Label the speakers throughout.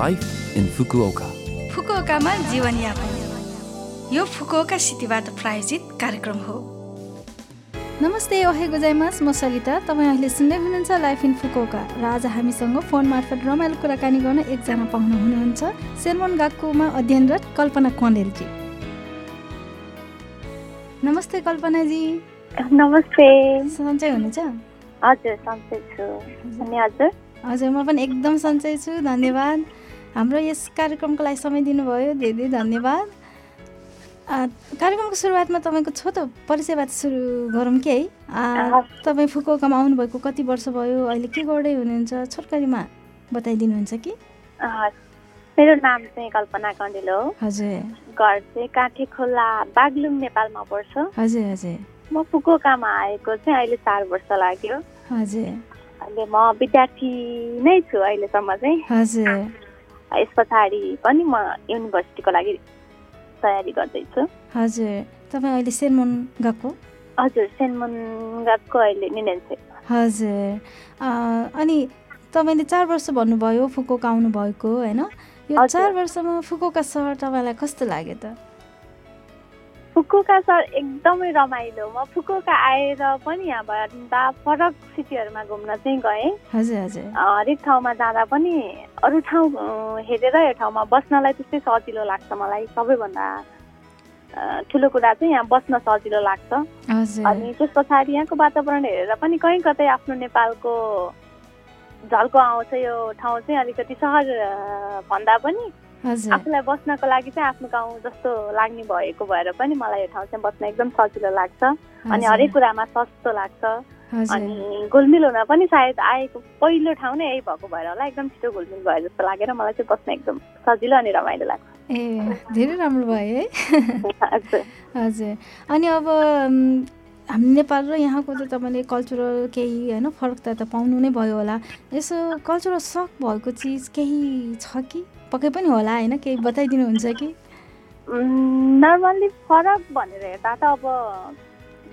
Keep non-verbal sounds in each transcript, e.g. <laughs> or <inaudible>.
Speaker 1: Life in Fukuoka.
Speaker 2: फुकुओकामा जीवनयापन यो फुकुओका सिटीबाट प्रायोजित कार्यक्रम हो
Speaker 3: नमस्ते ओहे गुजाइमास म सरिता तपाईँ अहिले सुन्दै हुनुहुन्छ लाइफ इन फुकोका र आज हामीसँग फोन मार्फत रमाइलो कुराकानी गर्न एकजना पाउनु हुनुहुन्छ सेलमोन गाकुमा अध्ययनरत कल्पना कँडेलजी नमस्ते कल्पनाजी
Speaker 4: नमस्ते
Speaker 3: सन्चै हुनुहुन्छ
Speaker 4: हजुर सन्चै छु अनि हजुर
Speaker 3: हजुर म पनि एकदम सन्चै छु धन्यवाद हाम्रो यस कार्यक्रमको लागि समय दिनुभयो धेरै धेरै धन्यवाद आ, कार्यक्रमको सुरुवातमा तपाईँको छोटो परिचयबाट सुरु गरौँ कि है आ, तपाईँ फुकुकामा आउनुभएको कति वर्ष भयो अहिले के गर्दै हुनुहुन्छ छोटकरीमा बताइदिनुहुन्छ कि
Speaker 4: हस्। मेरो नाम चाहिँ कल्पना कण्डेल हो
Speaker 3: हजुर
Speaker 4: घर चाहिँ काँठे खोला बागलुङ नेपालमा पर्छ
Speaker 3: हजुर हजुर
Speaker 4: म फुकुकामा आएको चाहिँ अहिले चार वर्ष लाग्यो
Speaker 3: हजुर
Speaker 4: अहिले म विद्यार्थी नै छु अहिलेसम्म चाहिँ
Speaker 3: हजुर
Speaker 4: यस पछाडि पनि म युनिभर्सिटीको लागि तयारी गर्दैछु
Speaker 3: हजुर तपाईँ अहिले सेरमोन गएको
Speaker 4: हजुर सेन्ट मनगाको अहिले निनेन्से
Speaker 3: हजुर आ, अनि तपाईँले चार वर्ष भन्नुभयो फुकुका आउनुभएको होइन यो
Speaker 4: हजुर।
Speaker 3: चार वर्षमा फुकुका सहर तपाईँलाई कस्तो लाग्यो त
Speaker 4: फुकुका सर एकदमै रमाइलो म फुकुका आएर पनि यहाँबाट फरक सिटीहरूमा घुम्न चाहिँ गएँ
Speaker 3: हजुर हजुर
Speaker 4: अ, हरेक ठाउँमा जाँदा पनि अरू ठाउँ अ, हेरेर यो ठाउँमा बस्नलाई त्यस्तै सजिलो लाग्छ मलाई सबैभन्दा अ, ठुलो कुरा चाहिँ यहाँ बस्न सजिलो लाग्छ अनि
Speaker 3: हजुर
Speaker 4: त्यस पछाडि यहाँको वातावरण हेरेर पनि कहीँ कतै आफ्नो नेपालको झल्को आउँछ यो ठाउँ चाहिँ अलिकति सहर अ, भन्दा पनि
Speaker 3: हजुर
Speaker 4: आफूलाई बस्नको लागि चाहिँ आफ्नो गाउँ जस्तो लाग्ने भएको भएर पनि मलाई यो ठाउँ चाहिँ बस्न एकदम सजिलो लाग्छ अनि
Speaker 3: हजुर।
Speaker 4: हरेक कुरामा सस्तो लाग्छ अनि
Speaker 3: हजुर
Speaker 4: घुलमिल हुन पनि सायद आएको पहिलो ठाउँ नै यही भएको भएर होला एकदम छिटो घुलमिल भयो जस्तो लागेर मलाई चाहिँ बस्न एकदम सजिलो अनि रमाइलो लाग्छ
Speaker 3: ए धेरै राम्रो भयो है <laughs>
Speaker 4: हजुर।
Speaker 3: हजुर अनि अब म, हाम्रो नेपाल र यहाँको त तपाईँले कल्चरल केही होइन फरकता त पाउनु नै भयो होला यसो कल्चरल सक भएको चिज केही छ कि पक्कै पनि होला होइन केही बताइदिनुहुन्छ कि
Speaker 4: उम्, नर्मल्ली फरक भनेर हेर्दा त अब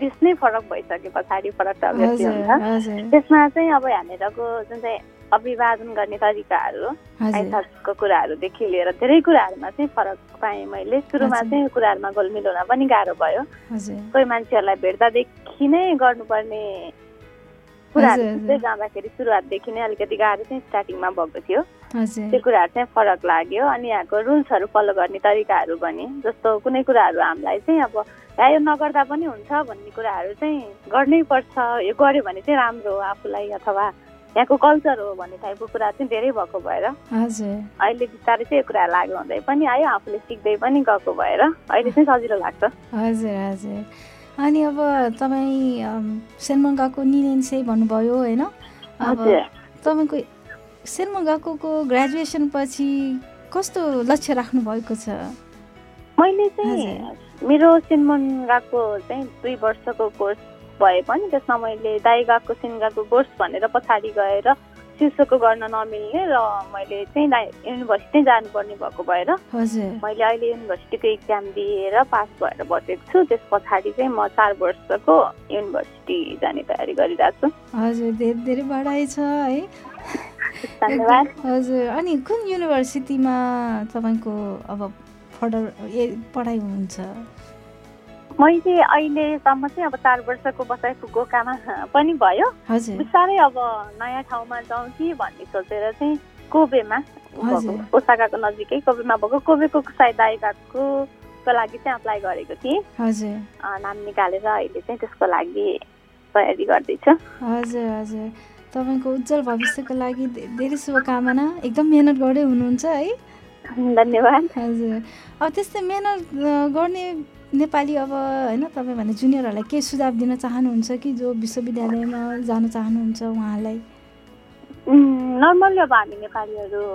Speaker 4: देश नै फरक भइसके पछाडि फरक त अभिव्यक्ति
Speaker 3: हजुर
Speaker 4: हुन्छ
Speaker 3: हजुर
Speaker 4: त्यसमा चाहिँ अब यहाँनिरको जुन चाहिँ अभिवादन गर्ने तरिकाहरू
Speaker 3: हजुर
Speaker 4: आइथको कुराहरूदेखि लिएर धेरै कुराहरूमा चाहिँ फरक पाएँ मैले सुरुमा
Speaker 3: हजुर।
Speaker 4: चाहिँ यो कुराहरूमा घुलमिल हुन पनि गाह्रो भयो
Speaker 3: हजुर
Speaker 4: कोही मान्छेहरूलाई भेट्दादेखि नै गर्नुपर्ने कुराहरू
Speaker 3: हजुर,
Speaker 4: सिक्दै जाँदाखेरि सुरुवातदेखि नै अलिकति गाह्रो चाहिँ स्टार्टिङमा भएको थियो
Speaker 3: हजुर
Speaker 4: त्यो कुराहरू चाहिँ फरक लाग्यो अनि यहाँको रुल्सहरू फलो गर्ने तरिकाहरू पनि जस्तो कुनै कुराहरू हामीलाई चाहिँ अब या यो नगर्दा पनि हुन्छ भन्ने कुराहरू चाहिँ गर्नै पर्छ यो गर्यो भने चाहिँ राम्रो हो आफूलाई अथवा यहाँको कल्चर हो भन्ने टाइपको कुरा चाहिँ धेरै भएको भएर
Speaker 3: हजुर
Speaker 4: अहिले बिस्तारै चाहिँ यो कुरा लाग्यो हुँदै पनि आयो आफूले सिक्दै पनि गएको भएर अहिले चाहिँ सजिलो लाग्छ
Speaker 3: हजुर हजुर अनि अब तपाईँ अम्, सेनमङ्गाको निलेन्से भन्नुभयो होइन अब
Speaker 4: हजुर
Speaker 3: तपाईँको सेलमगाको ग्रेजुएसन पछि कस्तो लक्ष्य राख्नु भएको छ
Speaker 4: मैले चाहिँ मेरो सिनमनगाको चाहिँ दुई वर्षको कोर्स भए पनि त्यसमा मैले दाइगाको सिनगाको कोर्स भनेर पछाडि गएर शीर्षको गर्न नमिल्ने र मैले चाहिँ दाइ युनिभर्सिटी नै जानुपर्ने भएको भएर
Speaker 3: हजुर
Speaker 4: मैले अहिले युनिभर्सिटीको इक्जाम दिएर पास भएर बसेको छु त्यस पछाडि चाहिँ म चार वर्षको युनिभर्सिटी जाने तयारी गरिरहेको छु
Speaker 3: हजुर धेरै धेरै बढाइ छ है
Speaker 4: धन्यवाद
Speaker 3: हजुर अनि कुन युनिभर्सिटीमा तपाईँको अब फर्दर ए पढाइ हुन्छ
Speaker 4: मैले अहिलेसम्म चाहिँ अब चार वर्षको बसाइ फुकुकामा पनि भयो
Speaker 3: हजुर
Speaker 4: बिस्तारै अब नयाँ ठाउँमा जाउँ कि भन्ने सोचेर चाहिँ कोबेमा
Speaker 3: हजुर।
Speaker 4: भएको- ओसाकाको नजिकै कोबेमा भएको कोबेको सायद आइकाको को लागि चाहिँ अप्लाई गरेको थिएँ
Speaker 3: हजुर
Speaker 4: अँ, नाम निकालेर अहिले चाहिँ त्यसको लागि तयारी गर्दैछु
Speaker 3: हजुर हजुर तपाईँको उज्जवल भविष्यको लागि धे- धेरै शुभकामना एकदम मिहिनेत गर्दै हुनुहुन्छ है
Speaker 4: धन्यवाद
Speaker 3: हजुर अब त्यस्तै मेहनत अ, गर्ने नेपाली अब होइन तपाईँ भने जुनियरहरूलाई केही सुझाव दिन चाहनुहुन्छ कि जो विश्वविद्यालयमा जान चाहनुहुन्छ उहाँलाई
Speaker 4: नर्मल्ली अब हामी नेपालीहरू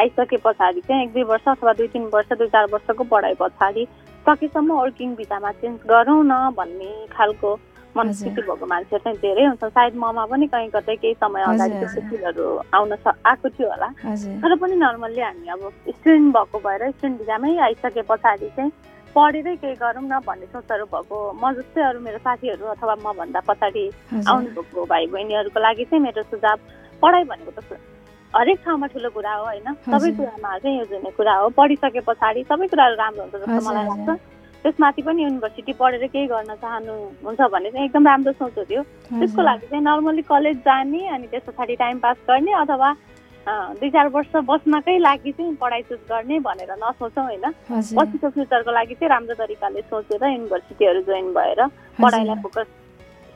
Speaker 4: आइसके पछाडि चाहिँ एक दुई वर्ष अथवा दुई तिन वर्ष दुई चार वर्षको पढाइ पछाडि सकेसम्म वर्किङ भिजामा चेन्ज गरौँ न भन्ने खालको मनस्थिति भएको मान्छेहरू चाहिँ धेरै हुन्छ सायद ममा पनि कहीँ कतै केही समय अगाडि
Speaker 3: हजुर,
Speaker 4: त्यस्तो
Speaker 3: हजुर।
Speaker 4: फिलहरू आउन स आएको थियो होला
Speaker 3: हजुर
Speaker 4: तर पनि नर्मल्ली हामी अब स्टुडेन्ट भएको भएर स्टुडेन्ट भिजामै आइसके पछाडि चाहिँ पढेरै केही गरौँ न भन्ने सोचहरू भएको म जस्तै अरू मेरो साथीहरू अथवा मभन्दा पछाडि
Speaker 3: हजुर
Speaker 4: <laughs> आउनुभएको भाइ बहिनीहरूको लागि चाहिँ मेरो सुझाव पढाइ भनेको त हरेक ठाउँमा ठुलो कुरा हो होइन सबै
Speaker 3: हजुर।
Speaker 4: कुरामा चाहिँ यो जुने कुरा हो पढिसके पछाडि सबै कुराहरू राम्रो हुन्छ जस्तो
Speaker 3: हजुर,
Speaker 4: मलाई लाग्छ
Speaker 3: हजुर।
Speaker 4: त्यसमाथि पनि युनिभर्सिटी पढेर केही गर्न चाहनुहुन्छ भने चाहिँ एकदम राम्रो सोच हो त्यो त्यसको लागि चाहिँ नर्मली कलेज जाने अनि त्यस पछाडि टाइम पास गर्ने अथवा अँ, दुई चार वर्ष बस्नकै लागि चाहिँ पढाइ चुज गर्ने भनेर नसोचौँ होइन
Speaker 3: हजुर
Speaker 4: पछिको फ्युचरको लागि चाहिँ राम्रो तरिकाले सोचेर युनिभर्सिटीहरू जोइन भएर पढाइलाई फोकस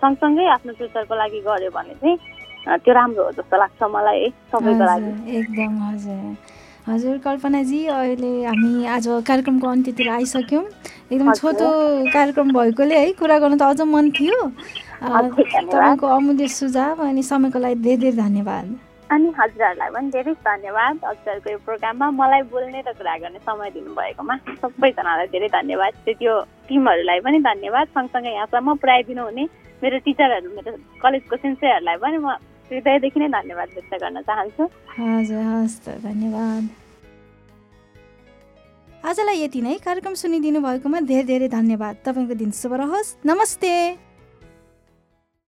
Speaker 4: सँगसँगै आफ्नो फ्युचरको लागि गऱ्यो भने चाहिँ अँ, त्यो राम्रो हो जस्तो लाग्छ मलाई है सबैको लागि
Speaker 3: हजुर, एकदम हजुर हजुर कल्पनाजी अहिले हामी आज कार्यक्रमको अन्त्यतिर आइसक्यौँ एकदम
Speaker 4: हजुर।
Speaker 3: छोटो कार्यक्रम भएकोले है कुरा गर्नु त अझ मन थियो अ,
Speaker 4: हजुर, धन्यवाद।
Speaker 3: तपाईँको अमूल्य सुझाव अनि समयको लागि धेरै धेरै धन्यवाद
Speaker 4: अनि हजुरहरूलाई पनि धेरै धन्यवाद हजुरहरूको यो प्रोग्राममा मलाई बोल्ने र कुरा गर्ने समय दिनुभएकोमा सबैजनालाई धेरै धन्यवाद त्यो टिमहरूलाई पनि धन्यवाद सँगसँगै यहाँसम्म पुऱ्याइदिनु हुने मेरो टिचरहरू मेरो कलेजको सिन्सेहरूलाई पनि म हृदयदेखि नै धन्यवाद व्यक्त गर्न चाहन्छु
Speaker 3: हजुर हस् त धन्यवाद आजलाई यति नै कार्यक्रम सुनिदिनु भएकोमा धेरै धेरै धन्यवाद तपाईँको दिन शुभ रहोस् नमस्ते